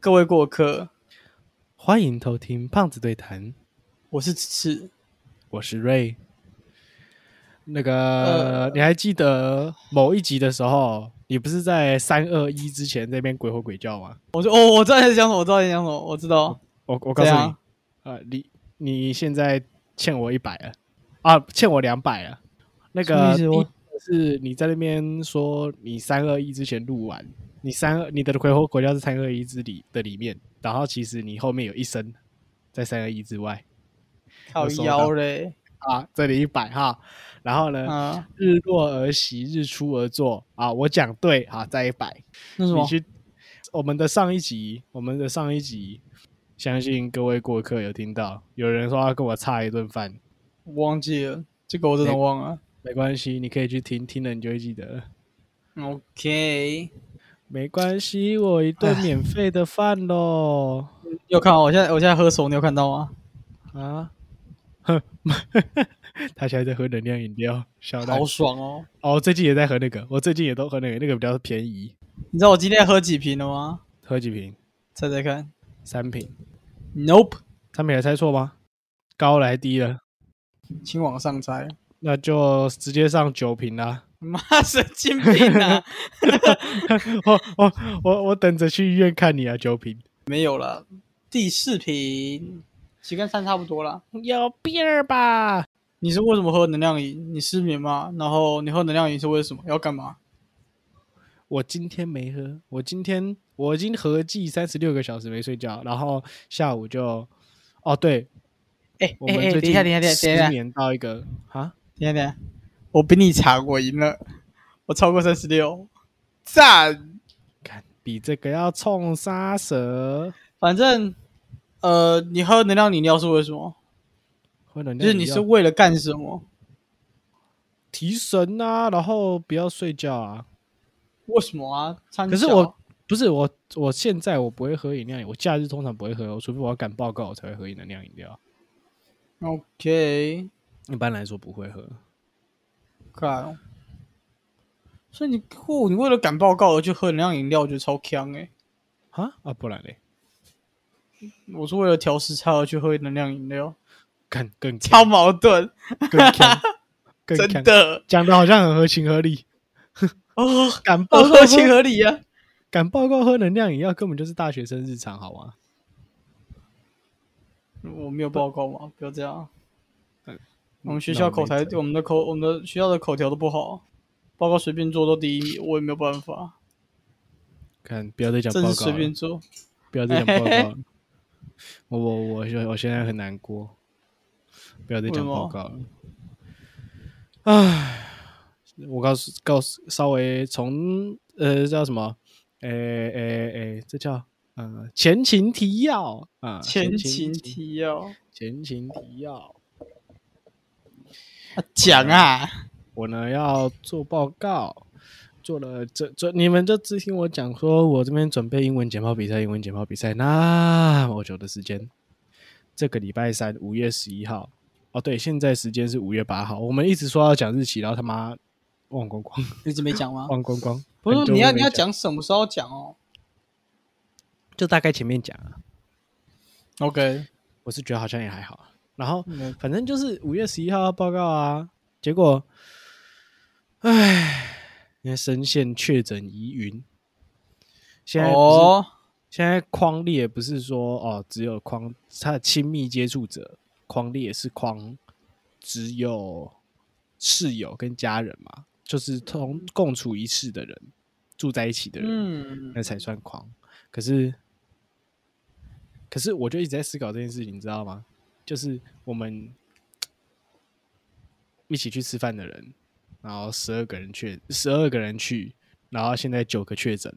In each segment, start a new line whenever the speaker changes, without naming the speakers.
各位过客，
欢迎偷听胖子对谈，
我是此次
我是瑞。那个、
呃
你还记得某一集的时候，你不是在三二一之前在那边鬼吼鬼叫吗？
我说哦，我知道你在讲什么，我知道你在讲什么，我知道。
我我告
对
诉你
啊，
呃，你你现在欠我一百了啊，欠我两百了。那
什么
个
意思我
第一是你在那边说你三二一之前录完，你三二你的鬼吼鬼叫是三二一之里的里面，然后其实你后面有一声在三二一之外
靠
我收到
腰嘞，
啊，这里一百哈，然后呢，
啊，
日落而息，日出而作啊，我讲对啊，再一百。
那什
你
么？
去我们的上一集，我们的上一集，相信各位过客有听到，有人说要跟我差一顿饭，
我忘记了，这个我真的忘了。
没关系，你可以去听，听了你就会记得了。
OK，
没关系，我有一顿
唉
免费的饭喽
你有看到我现在我现在喝手，你有看到吗？
啊！哼， 他现在在喝能量饮料，小兰
好爽哦！
哦，最近也在喝那个，我最近也都喝那个，那个比较便宜，
你知道我今天喝几瓶了吗？
喝几瓶？
猜猜看
三瓶，
？Nope，
三瓶还猜错吗？高来低了，
请往上猜。
那就直接上九瓶啦。
妈，神经病 啊！
我我哦我我等着去医院看你啊，九平。
没有了，第四瓶，其实跟三差不多啦。
有病儿吧？
你是为什么喝能量饮？你失眠吗？然后你喝能量饮是为什么？要干嘛？
我今天没喝，我今天我已经合计三十六个小时没睡觉，然后下午就，哦对，
哎
我
哎
们
哎，等
最近
一下，等一下，等一下，等一
失
下，
眠到一个啊，
等一下，等一下，我比你惨，我赢了，我超过三十六，赞。
看比这个要冲杀蛇，
反正，呃，你喝能量饮料是为什么？
或者
就是你是为了干什么？
提神啊，然后不要睡觉啊。
为什么啊？参
可是
小
我不是我，我现在我不会喝饮料，我假日通常不会喝，我除非我要赶报告我才会喝能量饮料，
OK，
一般来说不会喝。
看，所以你哦，你为了赶报告而去喝能量饮料，我觉得超强哎、
啊啊，不然嘞，
我是为了调时差而去喝能量饮料，
更更
超矛盾，
更 强，更
真
强，
的
讲的好像很合情合理。
哦，
赶报告
合
喝
情合理啊呀、
赶报告喝能量饮料，根本就是大学生日常，好吗？
我没有报告嘛，不要这样。
嗯
我们学校口才，
那
我们的口，我们的学校的口条都不好，啊报告随便做都第一名，我也没有办法，
看不要再讲
真
报
是
告啊
随
了
便，做。
不要再讲报告 了。我我我现我现在很难过，不要再
为什
讲报
么
告了。唉，我告诉告诉稍微从呃叫什么？诶诶诶，这叫呃前情提要啊，
前情
情
提要
前情提要。
啊讲啊，
我呢要做报告，做了这这，你们就只听我讲说，我这边准备英文简报比赛，英文简报比赛那么久的时间。这个礼拜三，五月十一号，哦对，现在时间是五月八号。我们一直说要讲日期，然后他妈忘光光，
一直没讲吗？
忘光光。
不是
哦很久
你要
没
你要
讲，
讲什么时候讲哦
就大概前面讲啊。
？OK，
我是觉得好像也还好。啊然后
嗯
反正就是五月十一号要报告啊，结果，唉，因为深陷确诊疑云，现在不是、
哦，
现在框列不是说哦，只有框他的亲密接触者框列是框只有室友跟家人嘛，就是同共处一室的人住在一起的人，
嗯，
那才算狂。可是，可是我就一直在思考这件事情，你知道吗？就是我们一起去吃饭的人，然后十二个人确十二个人去，然后现在九个确诊，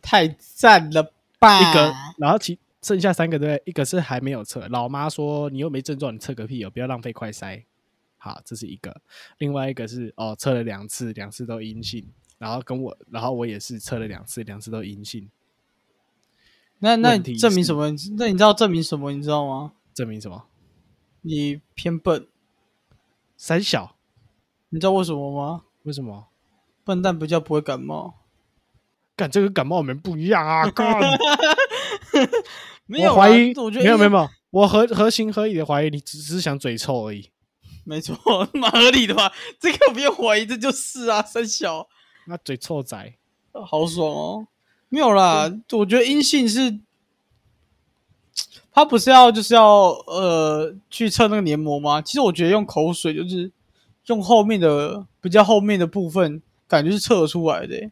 太赞了吧！
一个，然后其剩下三个对不对，一个是还没有测，老妈说你又没症状，你测个屁哦，不要浪费快筛。好，这是一个，另外一个是哦，测了两次，两次都阴性，然后跟我，然后我也是测了两次，两次都阴性，
那那
问
你
题
证明
是
什么？那你知道证明什么？你知道吗？
证明什么？
你偏笨，
三小，
你知道为什么吗？
为什么？
笨蛋不叫不会感冒。
干这个感冒我们不一样啊！干
没有
我
啊，
怀疑，
我觉得
没有没有
有，
没有，我合合情合理的怀疑你只只是想嘴臭而已。
没错， 蛮合理的吧？这个不用怀疑，这就是啊， 三小。
那嘴臭仔，
呃好爽哦！没有啦，我觉得阴性是，他不是要就是要呃去测那个黏膜吗？其实我觉得用口水就是用后面的比较后面的部分，感觉是测得出来的欸。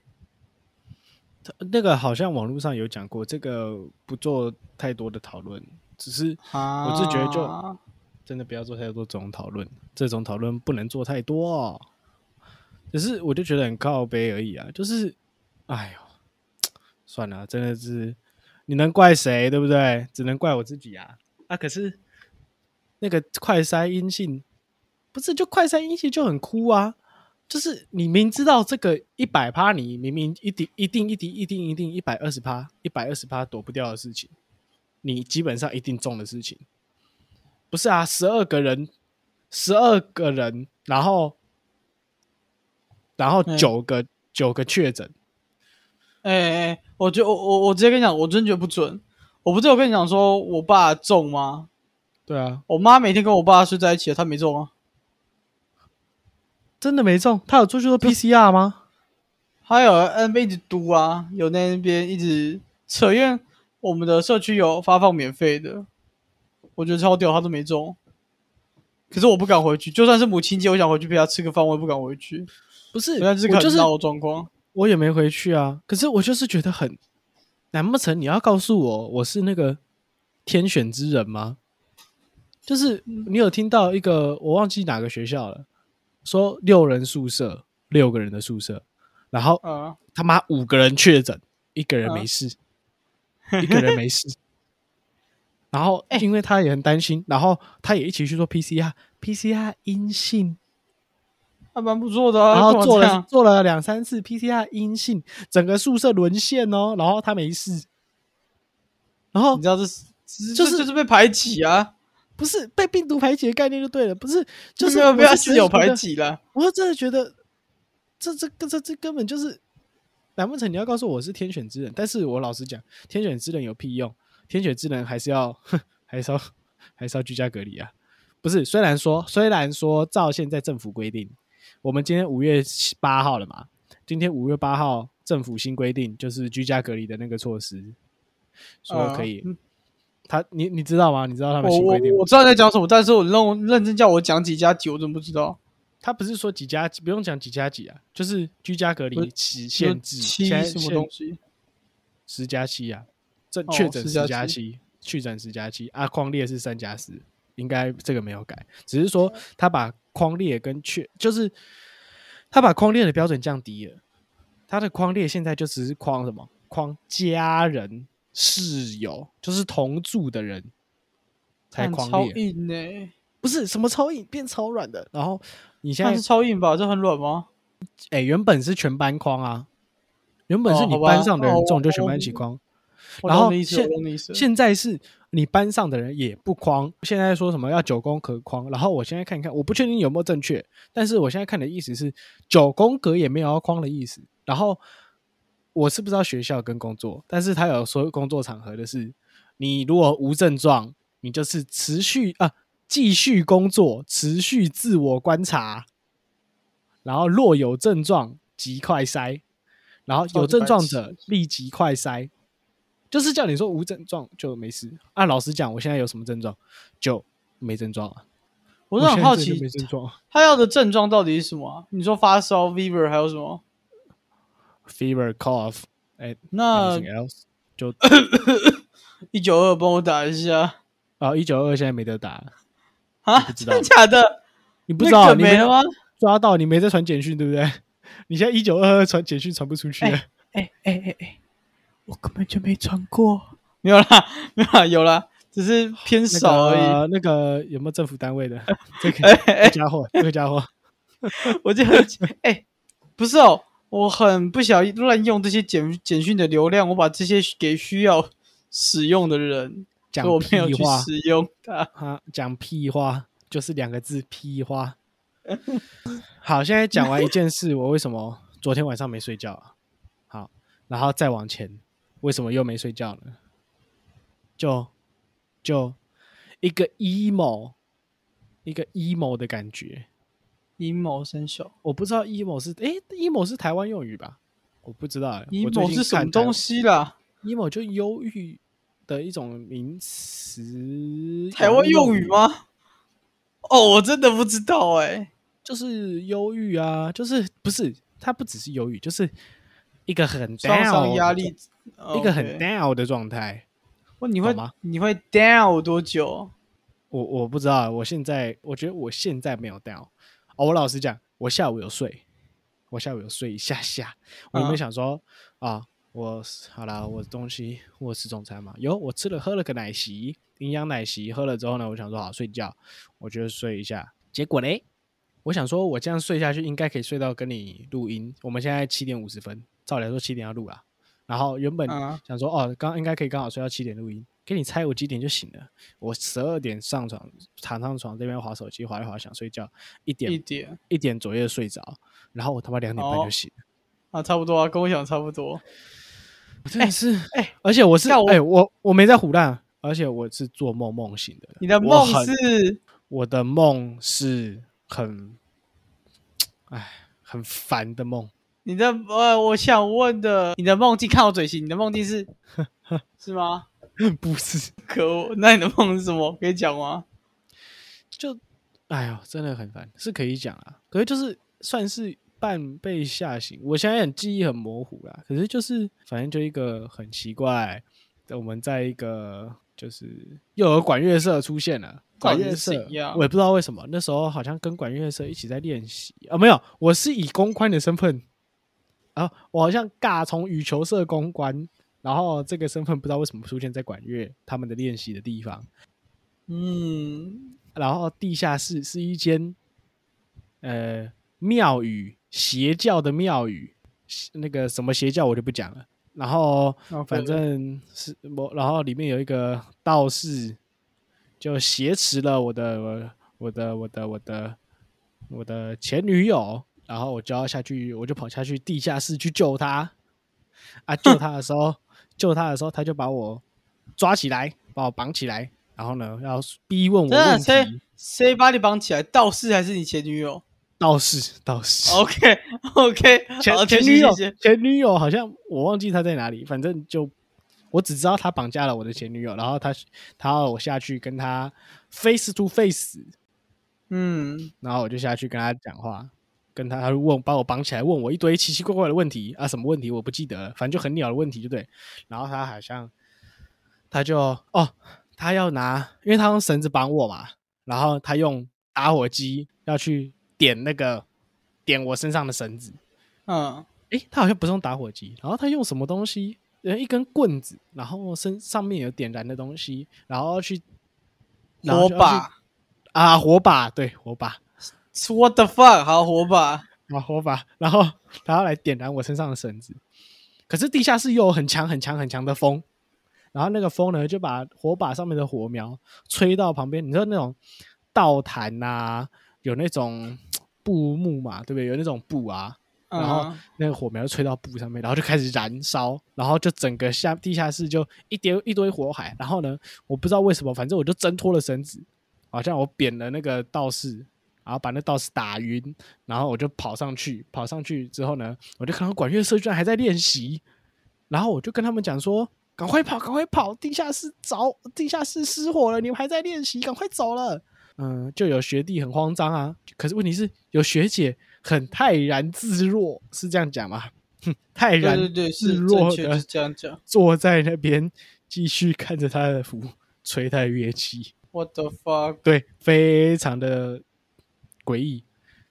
他那个好像网络上有讲过，这个不做太多的讨论，只是
啊
我是觉得就真的不要做太多这种讨论，这种讨论不能做太多、哦。只是我就觉得很靠背而已啊，就是，哎呦，算了，真的是你能怪谁，对不对？只能怪我自己啊啊！可是那个快筛阴性，不是就快筛阴性就很哭啊，就是你明知道这个一百趴，你明明一定一定一定一定一定一百二十趴，一百二十趴躲不掉的事情，你基本上一定中的事情，不是啊？十二个人，十二个人，然后然后
嗯
九个九、个确诊，
哎哎、欸我觉得我我我直接跟你讲，我真觉得不准。我不是有跟你讲说我爸中吗？
对啊，
我妈每天跟我爸睡在一起，他没中啊。
真的没中，他有做去做 PCR 吗？
还有那边一直嘟啊，有那边一直扯，因为我们的社区有发放免费的，我觉得超屌，他都没中。可是我不敢回去，就算是母亲节，我想回去陪他吃个饭，我也不敢回去。
不是，
我现在是个
我就
很
是
闹的状况。
我也没回去啊。可是我就是觉得很，难不成你要告诉我我是那个天选之人吗？就是你有听到一个我忘记哪个学校了，说六人宿舍，六个人的宿舍，然后
啊、
他妈五个人确诊，一个
嗯
人没事，一个人没事。然 后，
哎
因为他也很担心，然后他也一起去做 PCR，PCR 阴性，
还蛮不错的、啊。
然
干
后
嘛
做
这
了
样，
做了两三次 PCR 阴性，整个宿舍沦陷哦，然后他没事，然后
你知道这是
就
就是就是被排挤啊，
不是被病毒排挤的概念就对了，不是就是
没有被
我
他
是
室友
觉得
排，挤啦。
我是真的觉得这这这这这根本就是，难不成你要告诉我我是天选之人？但是我老实讲，天选之人有屁用？天选之人还是要 还是要还是要居家隔离啊？不是，虽然说虽然说照现在政府规定，我们今天五月八号了嘛，今天五月八号政府新规定就是居家隔离的那个措施，说可以，
嗯
他你你知道吗？你知道他
我
们新
我
规定吗
我？知道你在讲什么，但是我认我认真叫我讲几家酒，我真不知道。
他不是说几加几，不用讲几加几啊，就是居家隔
不
离
是
起限制，
七
现在
什么
限
东西？
十加七啊，这
哦
确诊
10
十
加
加七，确诊十加七啊，框列是三加四，应该这个没有改，只是说他把框列跟确就是他把框列的标准降低了，他的框列现在就只是框什么框家人、室友，就是同住的人才
干
框
超
列，
硬欸呢、
不是什么超硬变超软的，然后你现
那
在
是超硬吧？这很软吗？
哎、原本是全班框啊，原本
哦
是你
好吧
班上的
哦
人中
我
就全班一起框，
我
然后
懂你意思，
现
我懂你意思。
现在是你班上的人也不框。现在说什么要九宫格框，然后我现在看一看，我不确定有没有正确，但是我现在看的意思是九宫格也没有要框的意思。然后我是不知道学校跟工作，但是他有说工作场合的是，你如果无症状，你就是持续啊继续工作，持续自我观察，然后若有症状即快筛，然后有症状
超级
者立即快筛，就是叫你说无症状就没事。按、老实讲，我现在有什么症状就没症状啊。
我是很
现在
好
真的
奇
没，症状啊
他要的症状到底是什么啊、你说发烧、fever 还有什么？
，fever cough，哎
那
，anything else？就
一九二帮我打一下
啊，一九二现在没得打，
啊？
不知
真
道
的 假的？
你不
那
知道
个
你
没了吗？
抓到，你没在传简讯对不对？你现在一九二二传简讯传不出去了，
哎哎哎哎哎，我根本就没传过，没有啦， 没有啦，有啦，只是偏
那
少而已。
个呃那个有没有政府单位的？这个
哎
这家伙，这个 家伙，
我就很哎、不是哦，我很不想乱用这些简简讯的流量，我把这些给需要使用的人，所
讲
以我没有
屁
去
话，
使用它。
啊，讲屁话，就是两个字，屁话。好，现在讲完一件事，我为什么昨天晚上没睡觉、啊？好，然后再往前，为什么又没睡觉呢？就就一个 emo，一个 emo 的感觉。
阴谋生效。
我不知道 emo 是诶 e m o 是台湾用语吧？我不知道欸。
阴
我最
谋
近
是什
看
么
台
东西啦？
？emo 就忧郁的一种名词，
台湾用语？吗？哦，我真的不知道哎、
就是忧郁啊，就是不是它不只是忧郁，就是一个很
创
down
伤
的
压力，
一个很
OK
down 的状态。
哇，你会
懂吗
你会 down 多久？
我我不知道，我现在我觉得我现在没有 down。哦，我老实讲，我下午有睡，我下午有睡一下下。我没
嗯
想说啊，我好啦，我东西我吃中餐嘛，有我吃了喝了个奶昔，营养奶昔喝了之后呢，我想说好睡觉，我就睡一下。结果嘞，我想说我这样睡下去应该可以睡到跟你录音。我们现在七点五十分，照理来说七点要录啦。然后原本
嗯
想说、哦，刚应该可以刚好睡到七点录音，给你猜我几点就醒了。我十二点上床，躺上床这边划手机，划一划想睡觉，一点
一点
一点左右睡着，然后我他妈两点半就
哦
醒了。
啊，差不多啊，跟我想差不多。
我真的是哎、
哎
而且我是哎
那、我
我我没在胡乱，而且我是做梦梦醒的。
你的
我
梦
很
是
我的梦是很，哎，很烦的 梦。
你的呃，我想问的，你的梦境看我嘴型，你的梦境 是是吗？
不是，
可恶，那你的梦是什么？可以讲吗？
就哎呦，真的很烦，是可以讲啊。可是就是算是半被吓醒，我现在很记忆很模糊啦。可是就是反正就一个很奇怪，我们在一个就是又有管乐社出现了。
到
管
底
乐
是
社
怎，样
我也不知道为什么，那时候好像跟管乐社一起在练习啊，没有，我是以公关的身份啊，我好像尬从羽球社公关，然后这个身份不知道为什么出现在管乐他们的练习的地方，
嗯，
然后地下室是一间呃庙宇，邪教的庙宇，邪那个什么邪教我就不讲了。然后
然后
反正是我，然后里面有一个道士，就挟持了我的我我的我的我的我的前女友，然后我就要下去，我就跑下去地下室去救她。 啊，救她的时候，救她的时候，他就把我抓起来，把我绑起来，然后呢，要逼问我
真的
问
谁
题。
谁把你绑起来？道士还是你前女友
道士，道士，
？OK OK，
前
哦好
前
继续
女友
继续
前女友好像我忘记她在哪里，反正就我只知道她绑架了我的前女友，然后她她要我下去跟她 face to face，
嗯，
然后我就下去跟她讲话，跟她她就问把我绑起来，问我一堆奇奇怪怪的问题啊，什么问题我不记得了，反正就很鸟的问题就对。然后她好像她就哦，她要拿，因为她用绳子绑我嘛，然后她用打火机要去点那个点我身上的绳子。
嗯，
诶，他好像不是用打火机，然后他用什么东西？呃，一根棍子，然后身上面有点燃的东西，然后去然后
火
就要去
把
啊，火把，对，火把
，What the fuck？好，火把，
啊，火把，然后他要来点燃我身上的绳子。可是地下室又有很强、很强、很强的风，然后那个风呢，就把火把上面的火苗吹到旁边。你知道那种道坛呐、啊有那种布幕嘛，对不对？有那种布啊，然后
嗯
那个火苗就吹到布上面，然后就开始燃烧，然后就整个下地下室就一堆一堆火海。然后呢，我不知道为什么，反正我就挣脱了绳子，好像我扁了那个道士，然后把那道士打晕，然后我就跑上去，跑上去之后呢，我就看到管乐社居然还在练习，然后我就跟他们讲说。赶快跑，赶快跑！地下室着，地下室失火了，你们还在练习，赶快走了。嗯，就有学弟很慌张啊，可是问题是有学姐很泰然自若，是这样讲吗？哼泰
对
然
嗯对对，
自
是
若
正确
的
是这样讲。
坐在那边，继续看着他的符吹他的乐器，
What the fuck？
对，非常的诡异。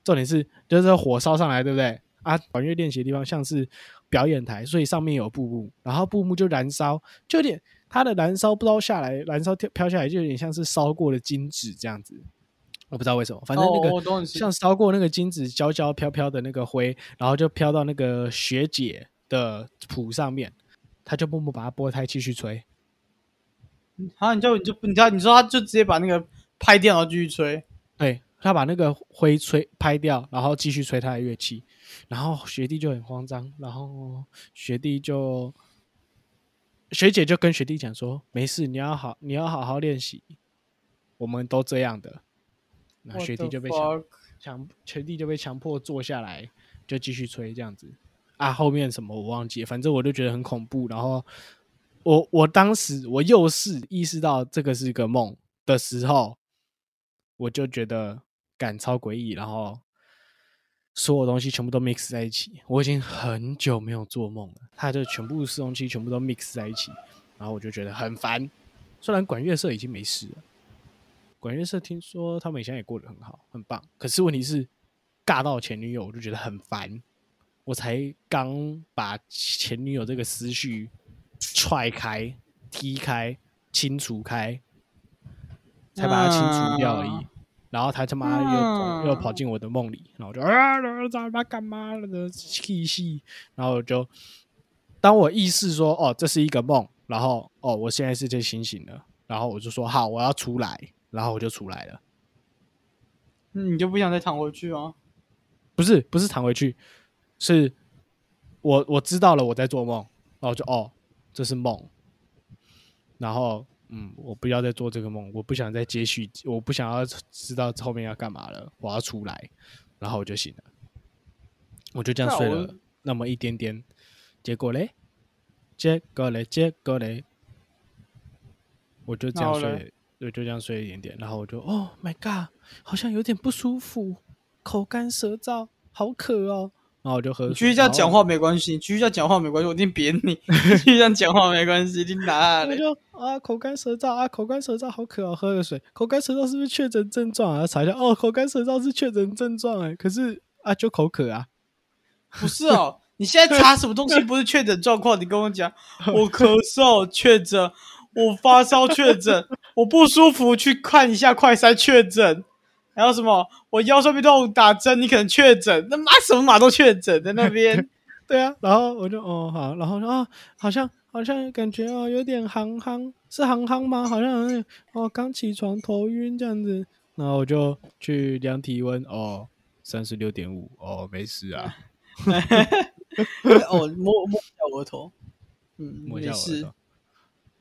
重点是，就是火烧上来，对不对？啊，管乐练习的地方像是表演台，所以上面有布幕，然后布幕就燃烧，就有点它的燃烧不知道下来，燃烧飘飘下来就有点像是烧过的金纸这样子。我不知道为什么，反正那个、
哦我懂你是
像烧过那个金子焦焦飘飘的那个灰，然后就飘到那个学姐的谱上面，他就默默把它拨开继续吹。
好，啊你就你就你知道，你说他就直接把那个拍掉，然后继续吹。
对他把那个灰吹拍掉，然后继续吹他的乐器，然后学弟就很慌张，然后学弟就学姐就跟学弟讲说，没事，你要好，你要好好练习，我们都这样的。那学弟就被强
What the fuck？
强，学弟就被强迫坐下来，就继续吹这样子啊。后面什么我忘记了，反正我就觉得很恐怖。然后我我当时我又是意识到这个是个梦的时候，我就觉得感超诡异，然后所有东西全部都 mix 在一起。我已经很久没有做梦了，它就全部四东西全部都 mix 在一起，然后我就觉得很烦。虽然管乐社已经没事了，管乐社听说他们以前也过得很好，很棒。可是问题是，尬到前女友，我就觉得很烦。我才刚把前女友这个思绪踹开、踢开、清除开，才把它清除掉而已。
啊
然后他他妈又跑、又
嗯
跑进我的梦里，然后我就啊，他妈干嘛了？气息，然后我就当我意识说哦，这是一个梦，然后哦，我现在是这清醒了，然后我就说好，我要出来，然后我就出来了。
嗯你就不想再躺回去啊？
不是不是躺回去，是我我知道了我在做梦，然后我就哦这是梦，然后嗯我不要再做这个梦，我不想再接续，我不想要知道后面要干嘛了，我要出来，然后我就醒了，我就这样
那
睡
我
了那么一点点，结果嘞，结果嘞，结果嘞，我就这
然
样
后嘞
睡，我就这样睡一点点，然后我就哦 my god，好像有点不舒服，口干舌燥，好渴哦，然后我就喝
你
水。
继续这样讲
然后
话没关系，你继续这样讲话没关系，我一定扁你。 继续这样讲话没关系，你哪
我
嘞？
就啊，口干舌燥啊，口干舌燥好渴哦，喝个水。口干舌燥是不是确诊症状啊？查一下哦，口干舌燥是确诊症状哎、可是啊，就口渴啊。
不是哦，你现在查什么东西不是确诊状况？你跟我 讲，我咳嗽确诊，我发烧确诊，我不舒服去看一下快筛确诊，还有什么我腰酸背痛打针，你可能确诊，那妈什么马都确诊在那 边，
对啊，然后我就哦好，然后啊，好像好像感觉哦有点憨憨，是憨憨吗？好像有点哦刚起床头晕这样子，然后我就去量体温哦，三十六点五哦，没事啊，
哦摸摸一下我的头，嗯，
摸一下
没
我的
事
头，。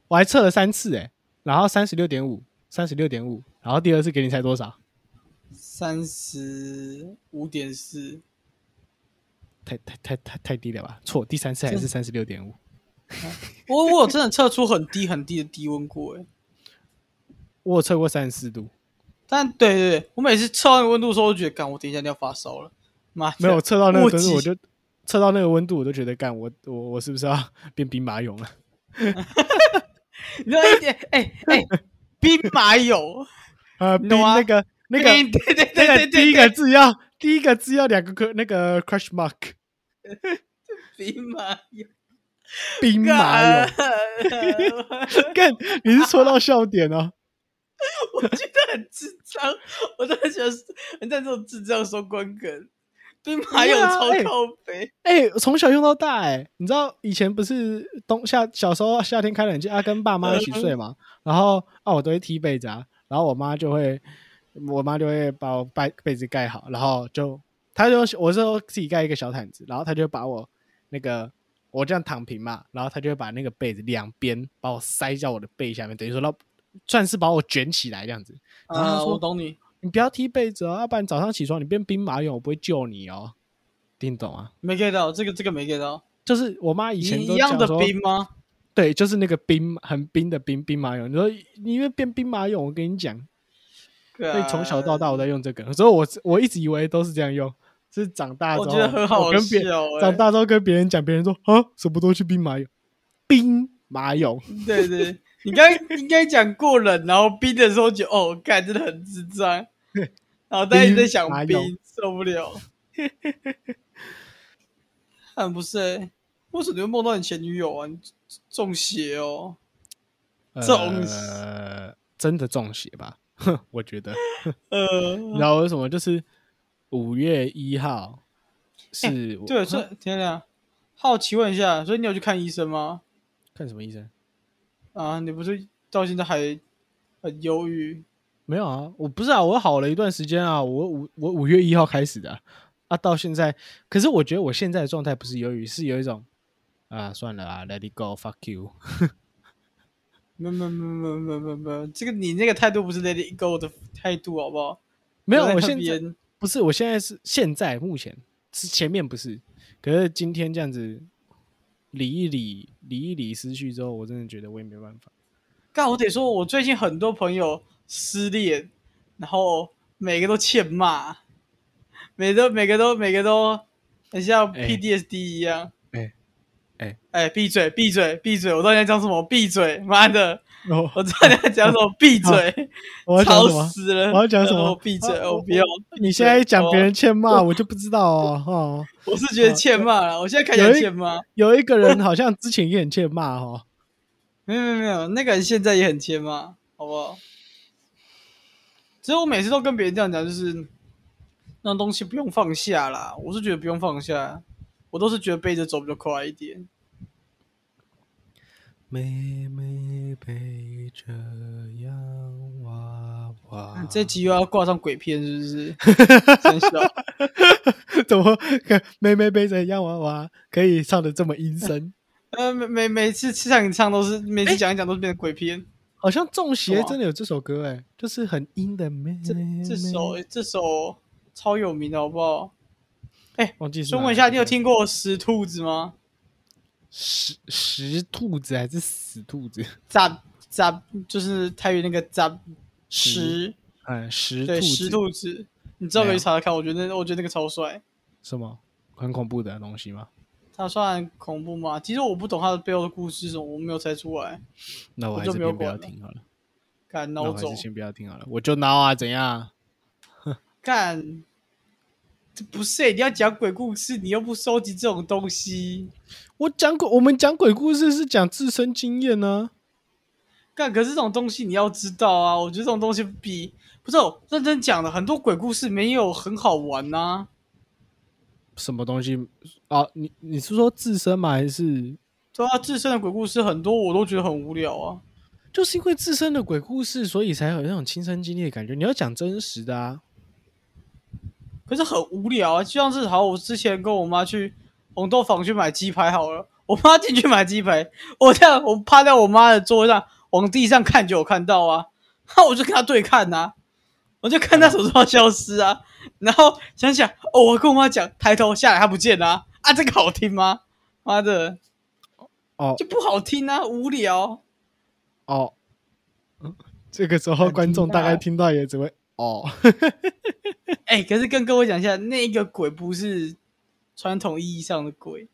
我还测了三次哎、然后三十六点五，三十六点五，然后第二次给你猜多少？
三十五点四，
太太太太太低了吧？错，第三次还是三十六点五。
我我有真的测出很低很低的低温过诶、欸
我有测过三十四度，
但对对对，我每次测到那个温度的时候，我就觉得，干，我等一下一定要发烧了，妈的
没有测到那
目
个温度，
击
我就测到那个温度，我就觉得干我我我是不是要变兵马俑了？
你知道一点，哎哎，兵马俑，
啊，
你
兵
懂吗
那个 那个
哎对对对对
那个第
对
一
对，
个字要第一个字要两个 cr- 那个 crush mark，
兵马俑，
兵马俑。
俑，
干，你是戳到笑点哦。
我觉得很智障，我真的觉得很在这种智障说关梗，兵马
对
俑
啊哎
超靠北，
哎、我从小用到大哎、你知道以前不是冬夏小时候夏天开冷气啊，跟爸妈一起睡嘛，然后啊我都会踢被子啊，然后我妈就会，我妈就会把我被被子盖好，然后就她就我是说自己盖一个小毯子，然后她就把我那个我这样躺平嘛，然后她就会把那个被子两边把我塞到我的背下面，等于说让算是把我卷起来这样子，然后他
啊，
说
我懂你，
你不要踢被子哦，要不然早上起床你变兵马俑，我不会救你哦，听懂啊？
没 get 到这个这个没 get 到，
就是我妈以前
一
都
样
讲
的
说，
兵吗？
对，就是那个兵，很兵的兵，兵马俑。你说你因为变兵马俑，我跟你讲，所以从小到大我在用这个，所以我我一直以为都是这样用，是长大之
我
后
觉得很好
我跟别
笑欸
长大之后跟别人讲，别人说啊，什么东西兵马俑，兵马俑，
对对，你刚应该讲过冷，然后冰的时候就哦，看真的很智障，然后但一直在想
哪有
冰，受不了。很不是、欸，为什么你会梦到你前女友啊？你中邪哦！中邪
呃，真的中邪吧？ 哼，我觉得，
呃，
然后为什么就是五月一号是
欸
我、
对，这天亮。好奇问一下，所以你有去看医生吗？
看什么医生？
啊，你不是到现在还很忧郁？
没有啊，我不是啊，我好了一段时间啊，我五我五月一号开始的啊，啊到现在，可是我觉得我现在的状态不是忧郁，是有一种啊，算了啊，Let it go，fuck you。
没有没有没有没有没有没有，这个你那个态度不是 Let it go 的态度，好不好？
没有，
在
我
看
现
别
在
人
不是，我现在是现在目前是前面不是，可是今天这样子理一理理一理思绪之后，我真的觉得我也没办法。
干，我得说，我最近很多朋友失恋，然后每个都欠骂，每个都每个都每个都很像
哎
PDSD 一样。
哎哎
哎，闭嘴闭嘴闭嘴！我到底在讲什么？闭嘴！妈的，
我
我知道你在讲什么， 闭嘴！
哦我要讲
吵
什么？
死哦了！
我要讲什么
呃我闭嘴！
啊
我
我
不要。
你现在讲别
人。
人欠骂，我就不知道哦。哦，
我是觉得欠骂了，我现在看起
有
来
一
欠骂。
有一个人好像之前也很欠骂哦。
没有没有没有，那个人现在也很欠骂，好不好？其实我每次都跟别人这样讲，就是那种东西不用放下啦。我是觉得不用放下，我都是觉得背着走比较快一点。
妹妹背着洋娃娃
这集又要挂上鬼片是不是？真笑，
怎么可妹妹背着洋娃娃可以唱的这么阴森？
呃，每每每次唱一唱都是，每次讲一讲都是变成鬼片。
好像中邪
哇
真的有这首歌哎、就是很阴的妹
这
妹。
这首这首超有名的好不好？
忘记是
先
哪
问一下，
个
你有听过《石兔子》吗？
石石兔子还是死兔子？
咋咋就是台语那个咋
石
石
哎，石兔
对
子
石兔子，你知道可以查查看，我觉得我觉得那个超帅。
什么很恐怖的东西吗？
它算恐怖吗？其实我不懂它的背后的故事是什么，我没有猜出来。
那我
我
还
就是没有
先不要
管了
听好了，
干
那我
孬
还是
种，
先不要听好了，我就挠啊，怎样？
干，这不是、欸、你要讲鬼故事，你又不收集这种东西。
我讲鬼，我们讲鬼故事是讲自身经验啊呢、
干，可是这种东西你要知道啊，我觉得这种东西比不是哦认真讲的，很多鬼故事没有很好玩啊呐、
什么东西啊？你你是说自身吗？还是
对啊，自身的鬼故事很多，我都觉得很无聊啊。
就是因为自身的鬼故事，所以才有那种亲身经历的感觉？你要讲真实的啊，
可是很无聊啊。就像是好，我之前跟我妈去红豆坊去买鸡排好了，我妈进去买鸡排， 我这样我趴在我妈的座位上，往地上看就有看到啊， 那我就跟她对看呐、我就看她什么时候消失啊，然后想想哦，我跟我妈讲，抬头下来她不见啦、啊，这个好听吗？妈的，
哦
就不好听啊，无聊。
哦，这个时候
很
观众
惊
大概
讶
听到也只会哦，
哎、可是跟各位讲一下，那个鬼不是传统意义上的鬼，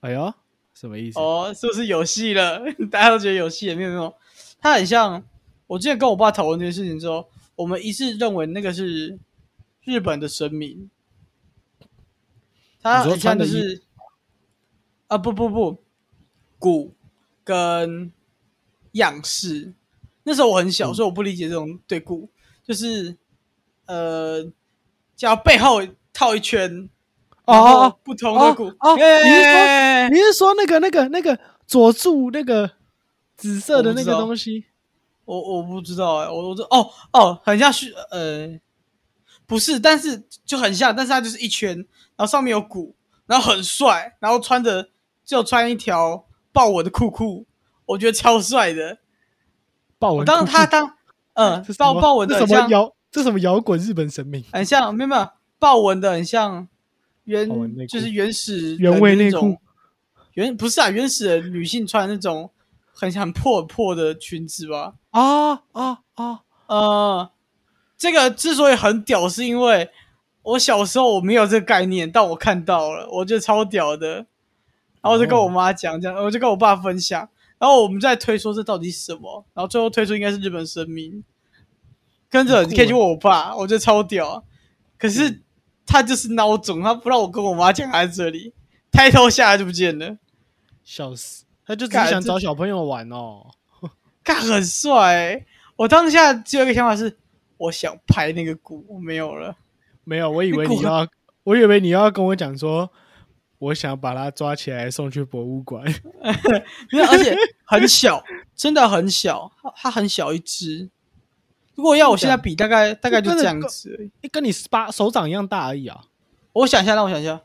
哎呦，什么意思？
哦，是不是有戏了？ 大家都觉得有戏了，没有没有，它很像。我之前跟我爸讨论这件事情之后，我们一致认为那个是日本的神明，它
你说
很像
穿
就
的衣
是啊不不不，鼓跟样式。那时候我很小，
嗯
所以我不理解这种对鼓，就是呃，脚背后套一圈，
哦
然后
哦哦
不同的
哦
鼓
哦你是说
耶
你是说那个那个那个佐助那个紫色的那个
我不知道
东西？
我我不知道哎、我我知哦哦，很像是呃，不是，但是就很像，但是它就是一圈，然后上面有鼓，然后很帅，然后穿着就穿一条豹纹的裤裤，我觉得超帅的。
豹
我
纹
当
酷
他
酷
当嗯
这，什
豹
么
豹纹
这
的
什
很
么
像，
摇这什么摇滚日本神明？
很像，没有没有，豹纹的很像原
豹纹内裤
就是原始
原
人
味
的那
内
种
裤，
原不是啊，原始人女性穿那种很很破很破的裙子吧。哦
啊啊啊！
呃，这个之所以很屌，是因为我小时候我没有这个概念，但我看到了，我觉得超屌的。然后我就跟我妈讲，这样我就跟我爸分享，然后我们再推说这到底是什么，然后最后推出应该是日本神明。跟着
很酷啊嗯
你可以去问我爸，我觉得超屌。可是他就是孬种，他不让我跟我妈讲他在这里，抬头下来就不见了。
笑死！他就只
干
是想
这
找小朋友玩哦。
干很帅、欸，我当下只有一个想法是，我想拍那个鼓，我没有了。
没有，我以为
你
你要，我以为你要跟我讲说，我想把他抓起来送去博物馆。
没有，而且很小，真的很小，它它很小一只。如果要我现在比，大概大概就这样子而已。
诶跟你巴手掌一样大而已啊，
我想一下，让我想一下，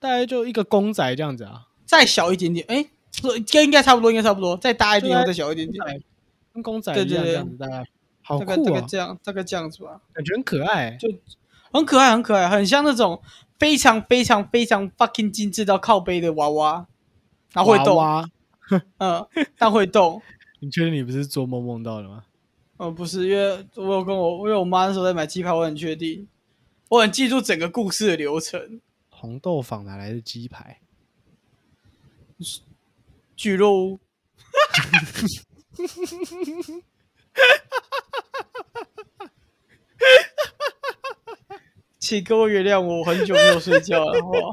大概就一个公仔这样子啊。
再小一点点，哎、不跟应该差不多，应该差不多，再大一点
对啊
又再小一点点，
跟公仔
对
一
对
样这
对
样子，大概好
大概
酷
大概
啊，
这样，大概这样子吧，
感觉很可爱欸。
很可爱，很可爱，很像那种非常非常非常 fucking 精致到靠背的娃娃，然后会动，
娃娃，
嗯，但会动。
你确定你不是做梦梦到的吗？
哦，不是，因为我有跟我，因为我妈那时候在买鸡排，我很确定，我很记住整个故事的流程。
红豆坊哪来的鸡 排？
巨肉屋，请各位原谅我，我很久没有睡觉了，好不好？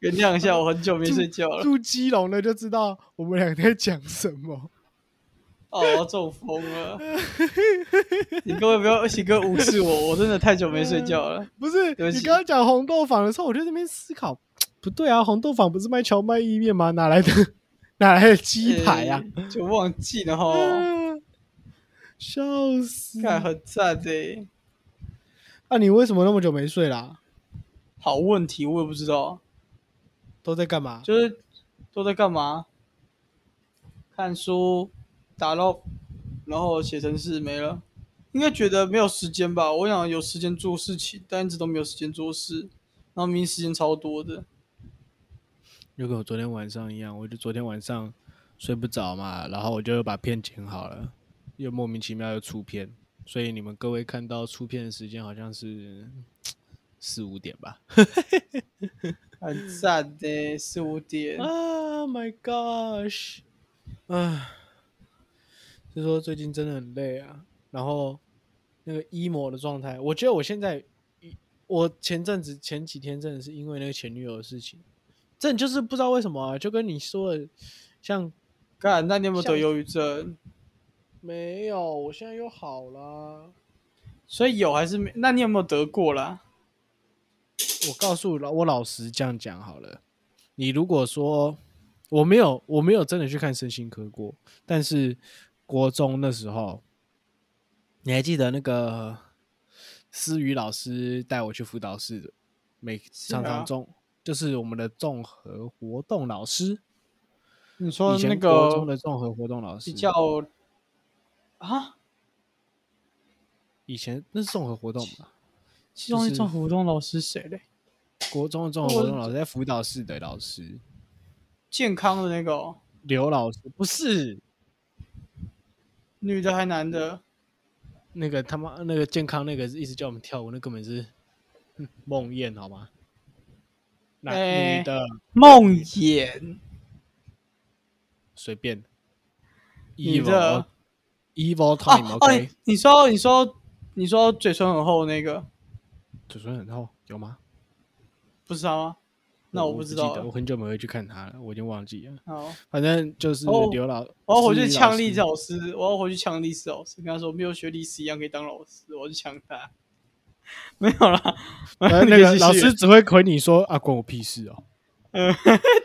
原谅一下，我很久没睡觉了。
住基隆的就知道我们俩在讲什么。
哦，我要中风了。请各位不要，请各位无视我，我真的太久没睡觉了。
不是
对不起
你刚刚讲红豆坊的时候，我就在那边思考，不对啊，红豆坊不是卖荞麦意面吗？ 哪来的哪来的鸡排啊呀、
呃就忘记了
啊？
哈。
笑死！
看很赞欸的、
那、你为什么那么久没睡啦、
好问题，我也不知道，
都在干嘛？
就是都在干嘛？看书、打到，然后写程式没了。应该觉得没有时间吧？我想有时间做事情，但一直都没有时间做事，然后明明时间超多的。
就跟我昨天晚上一样，我就昨天晚上睡不着嘛，然后我就把片剪好了，又莫名其妙又出片，所以你们各位看到出片的时间好像是四五点吧。
很赞的、四五点。
Oh my gosh！啊，就说最近真的很累啊，然后那个 emo 的状态，我觉得我现在，我前阵子前几天真的是因为那个前女友的事情，真的就是不知道为什么啊，就跟你说的，像
干，那你有没有得忧郁症？
没有，我现在又好啊啦。
所以有还是没？那你有没有得过啦？
我告诉老我老实这样讲好了，你如果说我没有我没有真的去看身心科过，但是国中的时候，你还记得那个思雨老师带我去辅导室的，每常
啊
常中就是我们的综合活动老师，
你说啊
以
那
前国中
个
的综合活动老师
比，较啊，
以前那是综合活动嘛，
其中一种活动老师谁嘞？
国中的综合活动老师在辅导室的老师
健康的那个、哦，
刘老师不是。
女的还男的？
那个他妈那个健康那个一直叫我们跳舞，那根本是 哼梦魇好吗？男、
哎
女的
梦魇，
随便
女的
，evil evil
哦
time
哦，
OK，
你你说你说你说嘴唇很厚那个，
嘴唇很厚哦有吗？
不知道吗？那
我
不知
记
道
得，
了。
我很久没回去看他了，我已经忘记了。
好，
反正就是
哦
刘老，
我要回去
思雨
呛
老
历史
师
老师，我要回去呛历史老师，跟他说没有学历史一样可以当老师，我要去呛他。 没有啦，
呃那个
你继续
老师，只会回你说啊，关我屁事哦，
嗯，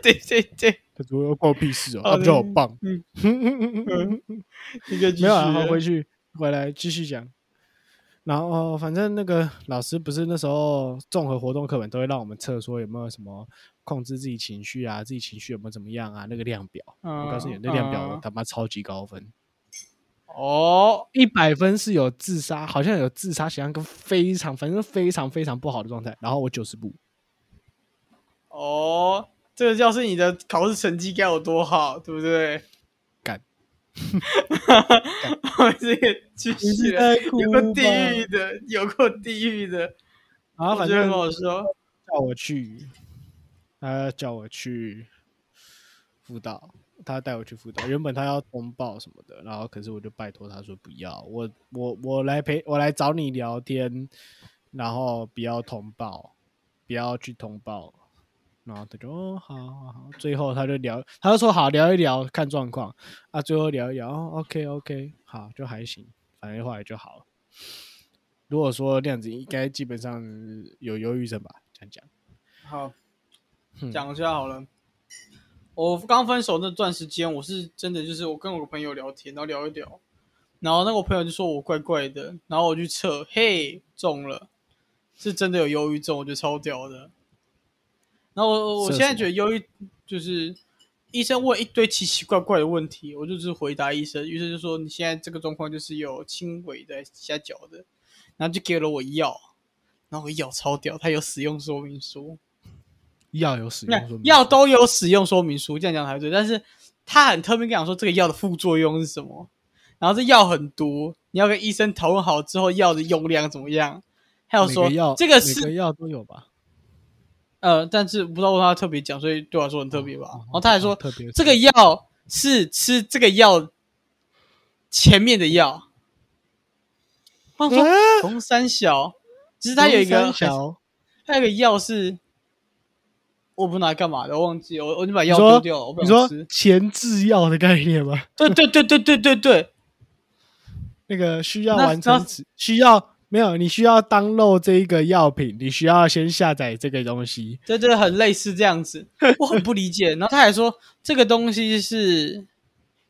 对对 对，
他只会说关我屁事哦，
哦
他不叫我
对
棒。
嗯 应该
没有啊，然后回去回来继续讲。然后反正那个老师不是那时候综合活动课本都会让我们测说有没有什么控制自己情绪啊，自己情绪有没有怎么样啊？那个量表，
我
我告诉你，那
嗯
量表我他妈超级高分，
哦，
一百分是有自杀，好像有自杀倾向跟非常反正非常非常不好的状态。然后我九十五，
哦，这个要是你的考试成绩该有多好，对不对？
干，
这个继续了，有个地狱的，有个地狱的，
然后
我
啊反
觉得很
正
好笑。
叫我去，他叫我去辅导，他带我去辅导。原本他要通报什么的，然后可是我就拜托他说不要，我我我来陪我来找你聊天，然后不要通报，不要去通报。然后他就哦好好好，最后他就聊，他就说好聊一聊看状况啊，最后聊一聊、哦、，OK OK，好就还行，反正后来就好了。如果说那样子，应该基本上有忧郁症吧？这样讲。
好
嗯，
讲一下好了。我刚分手那段时间，我是真的就是我跟我朋友聊天，然后聊一聊，然后那个我朋友就说我怪怪的，然后我去测，嘿，中了，是真的有忧郁症，我觉得超屌的。然后我我
测
现在
什么
觉得忧郁就是医生问一堆奇奇怪怪的问题，我就只回答医生，医生就说你现在这个状况就是有轻微的下脚的，然后就给了我药，然后我药超屌，它有使用说明书，
药有使
那
用说明
药
书
都有使用说明书，这样讲才对，但是他很特别跟你讲说这个药的副作用是什么，然后这药很毒，你要跟医生讨论好之后药的用量怎么样，还有
每
说
个药
这个
每
是
个药都有吧？
呃，但是不知道为什么他特别讲，所以对我来说很特别吧。
哦
然后他还说
哦，特别
这个药是吃这个药前面的药。我想说
啊
红三小，其实它有一个
中山桥
它有一个药是，我不知道拿来干嘛的，我忘记我我就把药
你说
丢掉了，我不
你
想
说
吃。
前置药的概念吗？
对对对对对对对，
那个需要
那
完
那
成此需要没有？你需要当漏这一个药品，你需要先下载这个东西。
对对，很类似这样子，我很不理解。然后他还说这个东西是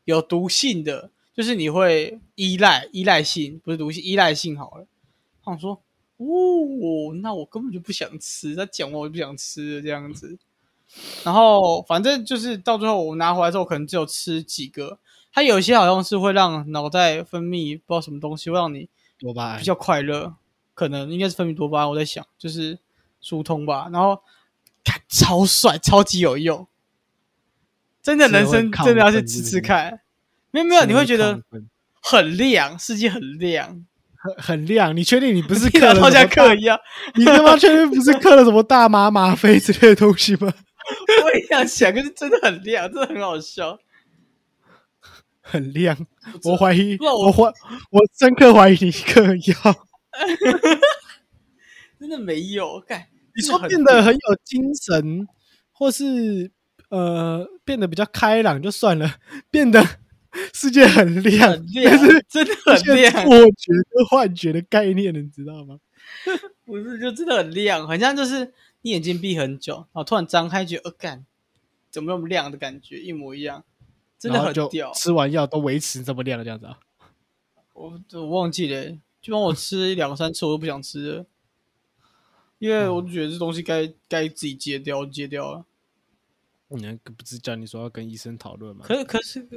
有毒性的，就是你会依赖依赖性，不是毒性依赖性好了。我想说，哦，那我根本就不想吃。他讲完我就不想吃了这样子。然后反正就是到最后我拿回来之后，可能只有吃几个。它有些好像是会让脑袋分泌不知道什么东西，会让你
多巴胺
比较快乐，可能应该是分泌多巴胺。我在想，就是疏通吧。然后，看超帅，超级有用，真的
吃了
人
会
生
亢
真的要去
奋是
吃
不
吃
是
看。没有没有，你会觉
亢
得
奋
很亮，世界很亮，
很很亮。你确定你不 是
听
嗑了什
到
么
像
大？
嗑一样。
你他妈确定不是嗑了什么大麻吗啡之类的东西吗？
我也想想，可是真的很亮，真的很好笑。
很亮，
知道
我怀疑，
不知道我
我怀，我深刻怀疑你嗑药。
真的没有， 干
你
真
说
很
变得很有精神，或是呃变得比较开朗就算了，变得世界很亮，
很亮，真的很
现在
亮，
错觉跟幻觉的概念，你知道吗？
不是就真的很亮，很像就是你眼睛闭很久，然后突然张开，觉得呃干怎么那么亮的感觉，一模一样，真的
然后
很
就
屌。
吃完药都维持这么亮这样子啊？
我我忘记了、就帮我吃两三次，我都不想吃了，因为我就觉得这东西该该自己戒掉，就戒掉了。
你嗯那个不是叫你说要跟医生讨论吗
可是可是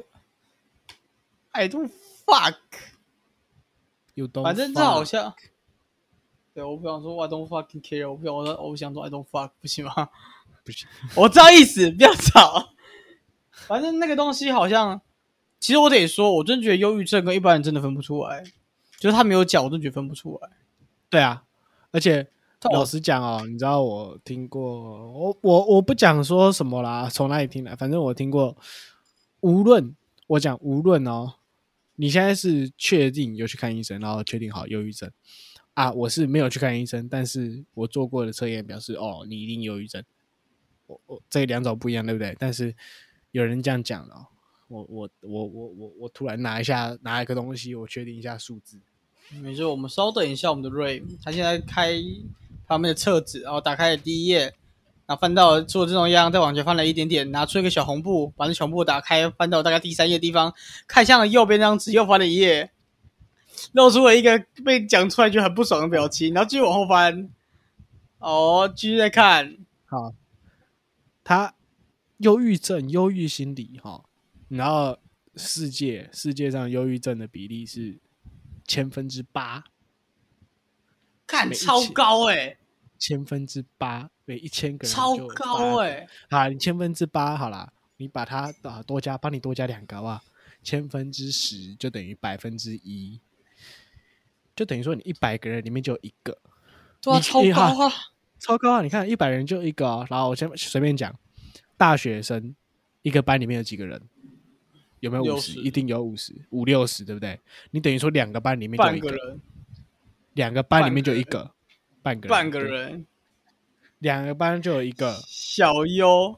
，I don't fuck。
有东啊
反正这好像，对，我不想说 I don't fucking care，我不想我我想说 I don't fuck，不行吗？
不行，
我知道意思，不要吵。 反正那个东西好像，其实我得说，我真觉得忧郁症跟一般人真的分不出来，就是他没有讲，我真觉得分不出来。
对啊，而且
但我
老实讲哦，你知道我听过，我我我不讲说什么啦，从哪里听来，反正我听过，无论我讲无论哦，你现在是确定有去看医生，然后确定好忧郁症啊，我是没有去看医生，但是我做过的测验表示，哦，你一定忧郁症，我我这两种不一样，对不对？但是有人这样讲了哦、我我我我我我突然拿一下拿一个东西，我确定一下数字，
没事，我们稍等一下，我们的 Ray 他现在开旁边的册子，然后打开了第一页，然后翻到做这种样，再往前翻了一点点，拿出一个小红布，把那小红布打开，翻到大概第三页地方，看向了右边那张纸，又翻了一页，露出了一个被讲出来就很不爽的表情，然后继续往后翻，哦，继续再看，
好，他忧郁症、忧郁心理哈，然后世界世界上忧郁症的比例是千分之八，
看
每一
超
期
高哎、
千分之八，每一千个人
超
就有
高
八
哎、
个啊，你千分之八好啦，你把它啊多加，帮你多加两个好不好？千分之十就等于百分之一，就等于说你一百个人里面就有一个，
对啊，
你
超
你哈
高啊，
超高啊！你看一百人就一个、哦，然后我先随便讲，大学生一个班里面有几个人？有没有五十？
60
一定有五十五六十，对不对？你等于说两个班里面就
半
一
个
个，
人，
两个班里面就一个，半个人
半个，
对
人，
两个班就有一个。
小优，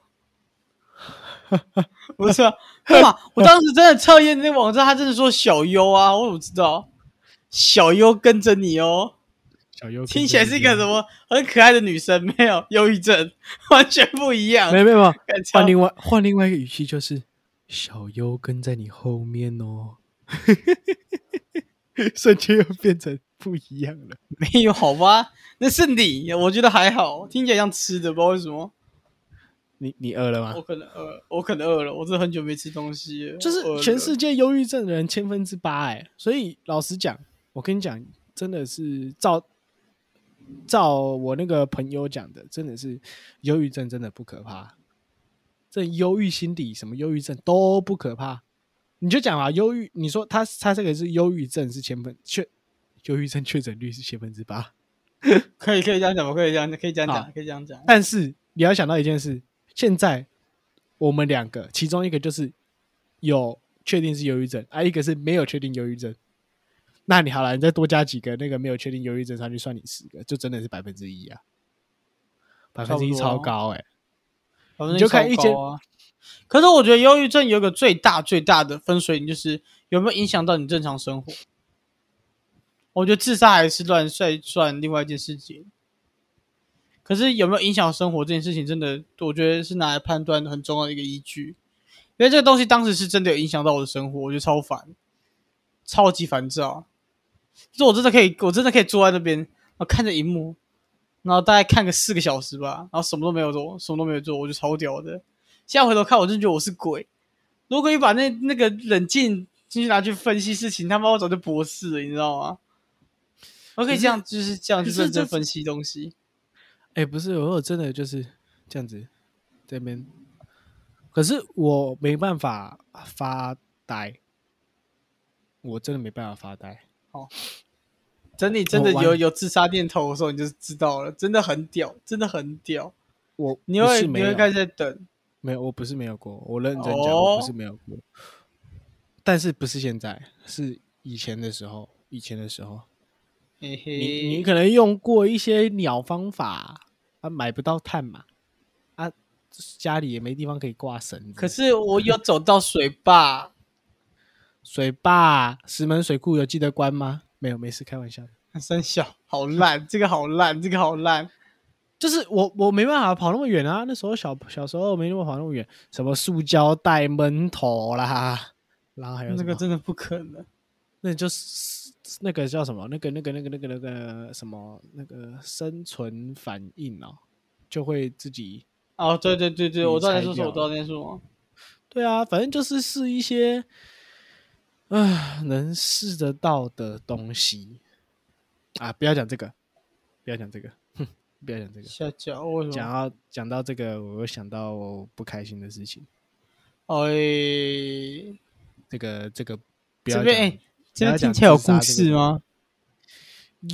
不是、啊，对嘛？我当时真的测验那个网站，他真的说小优啊，我怎么知道？小优跟着你哦，
小优
听起来是一个什？么很可爱的女生，没有忧郁症，完全不一样
没。有没 有啊没有，
感觉
换另外换另外一个语气就是，小优跟在你后面哦， 瞬间又变成不一样了。
没有好吧？那是你，我觉得还好，听起来像吃的，不知道为什么。
你你饿了吗
我？可能饿，我可能饿了，我真的很久没吃东西了，我饿
就是
了
全世界忧郁症的人千分之八哎、所以老实讲，我跟你讲，真的是照照我那个朋友讲的，真的是忧郁症真的不可怕，这忧郁心理什么忧郁症都不可怕。你就讲啊，忧郁，你说他他这个是忧郁症是千分确，忧郁症确诊率是千分之八，
可以可以这样讲吧，可以这样可以这样
好
讲，可以这样讲。
但是你要想到一件事，现在我们两个其中一个就是有确定是忧郁症，啊，一个是没有确定忧郁症。那你好了，你再多加几个那个没有确定忧郁症上去，算你十个，就真的是百分之一啊，百分之一
差
超
不多
高哎、
反正
你就看一间
超高啊。可是我觉得忧郁症有一个最大最大的分水岭，就是有没有影响到你正常生活。我觉得自杀还是乱算算另外一件事情，可是有没有影响生活这件事情，真的我觉得是拿来判断很重要的一个依据。因为这个东西当时是真的有影响到我的生活，我觉得超烦，超级烦躁。就是我真的可以，我真的可以坐在那边，我看着荧幕，然后大概看个四个小时吧，然后什么都没有做，什么都没有做，我就超屌的。现在回头看，我真觉得我是鬼。如果你把那那个冷静进去拿去分析事情，他妈我早就博士了，你知道吗？我可以这样，就是这样
可
去
是
认
这
真分析东西。
哎、不是，我有真的就是这样子这边，可是我没办法发呆，我真的没办法发呆。
等你真的
我完
有有自杀念头的时候，你就知道了，真的很屌，真的很屌。
我
你
不
会
是没
你会
有
开始在等，
没有，我不是没有过，我认真讲，
哦
我不是没有过，但是不是现在，是以前的时候，以前的时候，
嘿嘿，
你你可能用过一些鸟方法啊，买不到碳嘛，啊，家里也没地方可以挂绳子，
可是我有走到水 坝，
水坝、石门水库有记得关吗？没有，没事，开玩笑的。
三小好烂，这个好烂，这个好烂。
就是我我没办法跑那么远啊，那时候小小时候没那么跑那么远，什么塑胶袋、闷头啦，然后还有
那
什
个
么
真的不可能。
那就是那个叫什么？那个那个那个那个那个什么？那个生存反应哦，就会自己
哦，对对对对，
你
我知道你在
猜
说什么，我知
掉
道你在说什么。
对啊，反正就是试一些啊能试得到的东西啊！不要讲这个，不要讲这个，哼，不要讲这个。
下脚为什
讲
么？
到讲到这个，我又想到我不开心的事情。
哦哎，
这个这个不
这
要
边
讲
哎，这边
不要
听
讲
起来有
自杀
故
这个
事吗？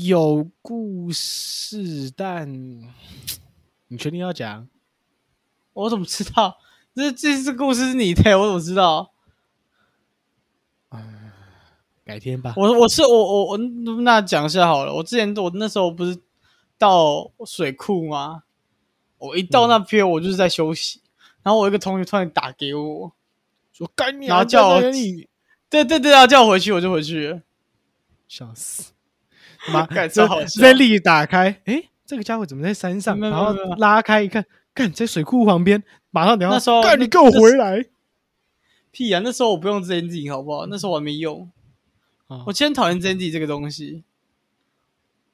有故事，但 你确定要讲？
我怎么知道？这这这故事是你的，我怎么知道？
改天吧。
我我是我我我那讲一下好了。我之前我那时候不是到水库吗？我一
嗯
到那边，我就是在休息。然后我一个同学突然打给我，
说干你
然后叫我对对对啊，叫我回去，我就回去 了。
笑死，妈，
干
这
超好笑
这立即打开，诶，这个家伙怎么在山上？
没有
然
没有
后
没有
拉开一看，干在水库旁边，马上聊。
那时候
干
那
你给我
那
回来
屁啊！那时候我不用 Zendy 好不好？那时候我还没用。
啊！哦
我
我
其实很讨厌 Zendy 这个东西，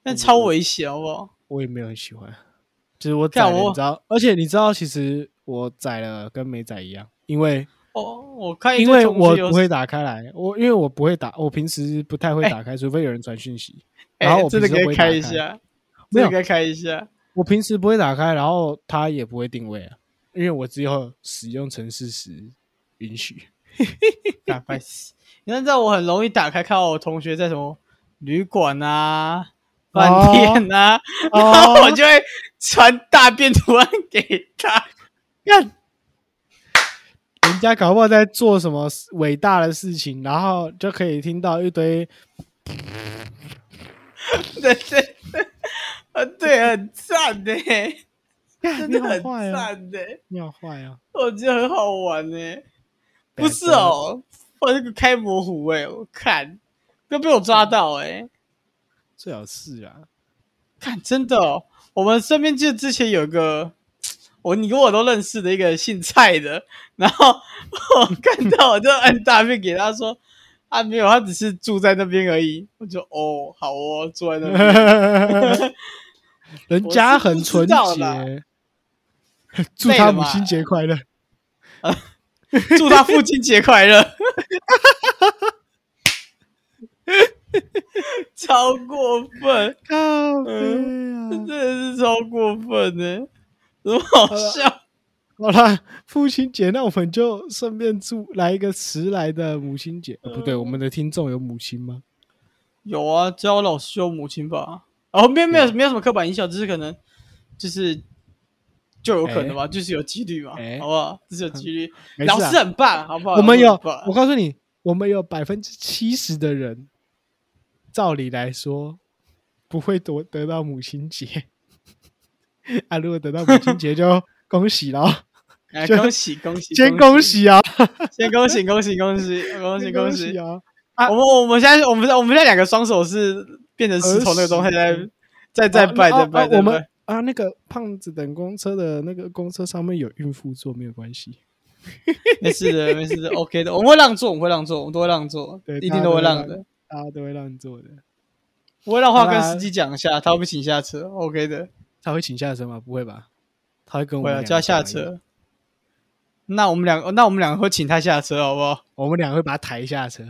但超危险，好不好？
我也没有很喜欢，就是我载
干
了，
我
你知道，而且你知道，其实我载了跟没载一样，因为
哦，我看一
因
堆
为
同
我
事有
不会打开来，我因为我不会打，我平时不太会
哎
打开，除非有人传讯息。
哎
然后我
真的
平时
可
都
以
不会打
开
开
一下，
没有
真的可以开一下。
我平时不会打开，然后它也不会定位啊，因为我只有使用程式时允许。
大
哎
白死！你知道我很容易打开，看到我同学在什么旅馆啊、
哦
饭店啊，然后我就会传大便图案给他。
看，人家搞不好在做什么伟大的事情，然后就可以听到一堆
对对对，啊对，很赞的、
干
真
你
的
好
很
坏啊，
赞的、
你好坏啊！
我觉得很好玩呢、
对啊
不是哦，我那个开模糊哎、我看都被我抓到哎、
最好是啊，
看真的、哦，我们身边就之前有个我你跟我都认识的一个姓蔡的，然后我看到我就按大便给他说。啊，没有，他只是住在那边而已。我就哦，好哦，住在那边。
人家很纯
我是不知道啦
洁， 祝
累
他
了嗯
母
嘛
亲节快 乐。
祝他父亲节快乐，超过分，
靠
真
背啊！
的是超过分呢、怎么好笑？
好啦，父亲节，那我们就顺便祝来一个迟来的母亲节。呃不对，我们的听众有母亲吗？
有啊，教老师有母亲吧？哦，没有没有没有什么刻板印象，只是可能就是就有可能吧，就是有几率嘛，
哎
好不好？就是有几 率。
没事
老师
啊，
很棒，好不好？
我们有
老师很，棒
我告诉你，我们有百分之七十的人，照理来说不会得得到母亲节。 啊，如果得到母亲节，就恭喜 喽！
哎，
就
恭喜恭喜，
先
恭
恭喜啊，
喜先恭喜恭喜恭喜恭喜
先
恭
恭
喜！
啊！啊
我们我们现在我们我们现在两个双手是变成石头那个状态在
合十
在在拜
啊
在
啊
拜
啊
在
我们
拜，
啊，那个胖子等公车的那个公车上面有孕妇坐，没有关系。
没事的没事的，OK 的，我们会让座，我们会让座，我们都会让座，
对
一定都会
大家
让
都会
的。
大家都会让你坐的。
我会让话
好
跟
啦
司机讲一下，他会不会请下车，OK 的，
他会请下车吗？不会吧？他会跟我
我
们
要
两
啊叫他
个
下
讲而已。
车。那我们两个，那我们两个会请他下车，好不好？
我们俩会把他抬下车，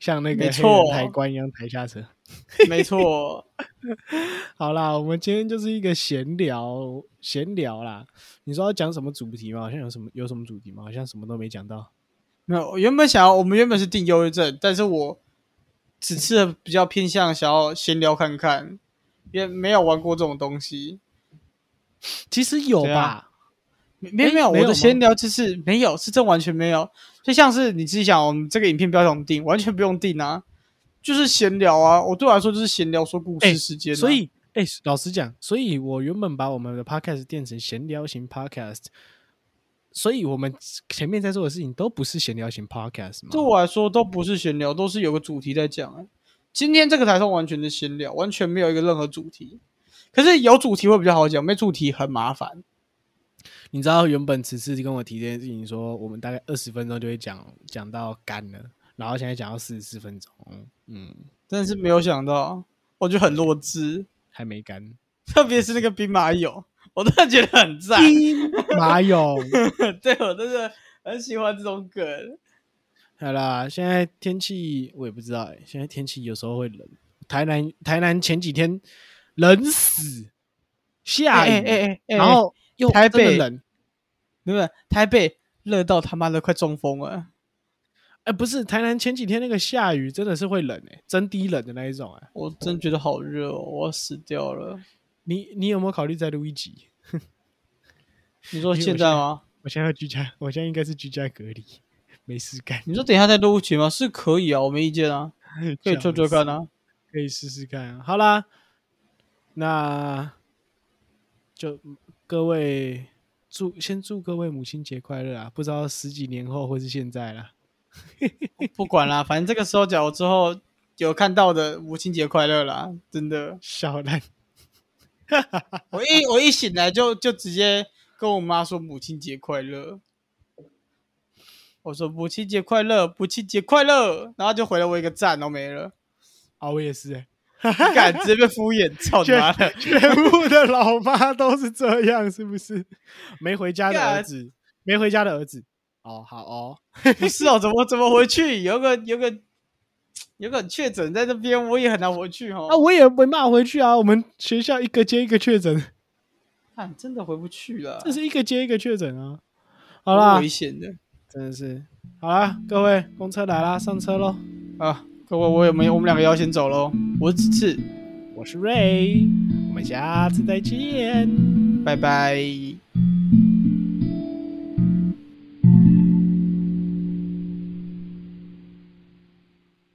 像那个
没
黑
错
人抬棺一样抬下车。
没错，
好啦，我们今天就是一个闲聊，闲聊啦。你说要讲什么主题吗？好像有什么有什么主题吗？好像什么都没讲到。
没有，我原本想要我们原本是定忧郁症，但是我此次比较偏向想要闲聊看看，也没有玩过这种东西。
其实有
对啊
吧？
没没有
诶
没有，我
没有
的
吗
闲聊就是没有，是真完全没有。就像是你自己想，我哦们这个影片标题定，完全不用定啊，就是闲聊啊。我对我来说就是闲聊，说故
诶
事时间啊、
所以，哎、老实讲，所以我原本把我们的 podcast 变成闲聊型 podcast，所以我们前面在做的事情都不是闲聊型 podcast
对
嘛。
我来说都不是闲聊，都是有个主题在讲、啊。今天这个才算完全的闲聊，完全没有一个任何主题。可是有主题会比较好讲，没主题很麻烦。
你知道原本此次跟我提这件事情说我们大概二十分钟就会讲讲到干了，然后现在讲到四十四分钟，嗯，
真的是没有想到，我觉得很弱智，
还没干。
特别是那个兵马俑，我真的觉得很赞。
哪有？
对我真的很喜欢这种梗。
好啦，现在天气我也不知道哎、现在天气有时候会冷。台南台南前几天冷死，下雨，
哎哎哎哎，
然后又
台
真的
北
冷，
没有台北热到他妈的快中风了。
哎、不是台南前几天那个下雨真的是会冷哎、真低冷的那一种哎、
我真觉得好热哦，我要死掉了。
你你有没有考虑再录一集？
你说现在吗？
我现在要居家，我现在应该是居家隔离，没事干，
你说等一下再录一集吗？是可以啊，我没意见啊， 可以
笑
做做
死
看啊。
可以试试看、啊。好啦，那就各位祝先祝各位母亲节快乐啊！不知道十几年后或是现在啦，
不管啦，反正这个时候讲我之后有看到的母亲节快乐啦，真的。
小兰
我一我一醒来就就直接跟我妈说母亲节快乐。我说母亲节快乐，母亲节快乐，然后就回了我一个赞，然后没了，
啊，我也是、 欸，
敢直接被敷衍，操你妈的！
全部的老妈都是这样，是不是？没回家的儿
干
子，没回家的儿子，哦，好哦，
不是哦，怎么怎么回去？有个有个有个确诊在这边，我也很难回去
啊，
哦。
我也没骂回去啊，我们学校一个接一个确诊，
看，真的回不去了，
这是一个接一个确诊啊，好
好
啦
危，险的
真的是，好啦，各位，公车来啦，上车喽，
啊！各位，我有没有？我们两个要先走喽。我是子次，
我是瑞，我们下次再见。
拜拜。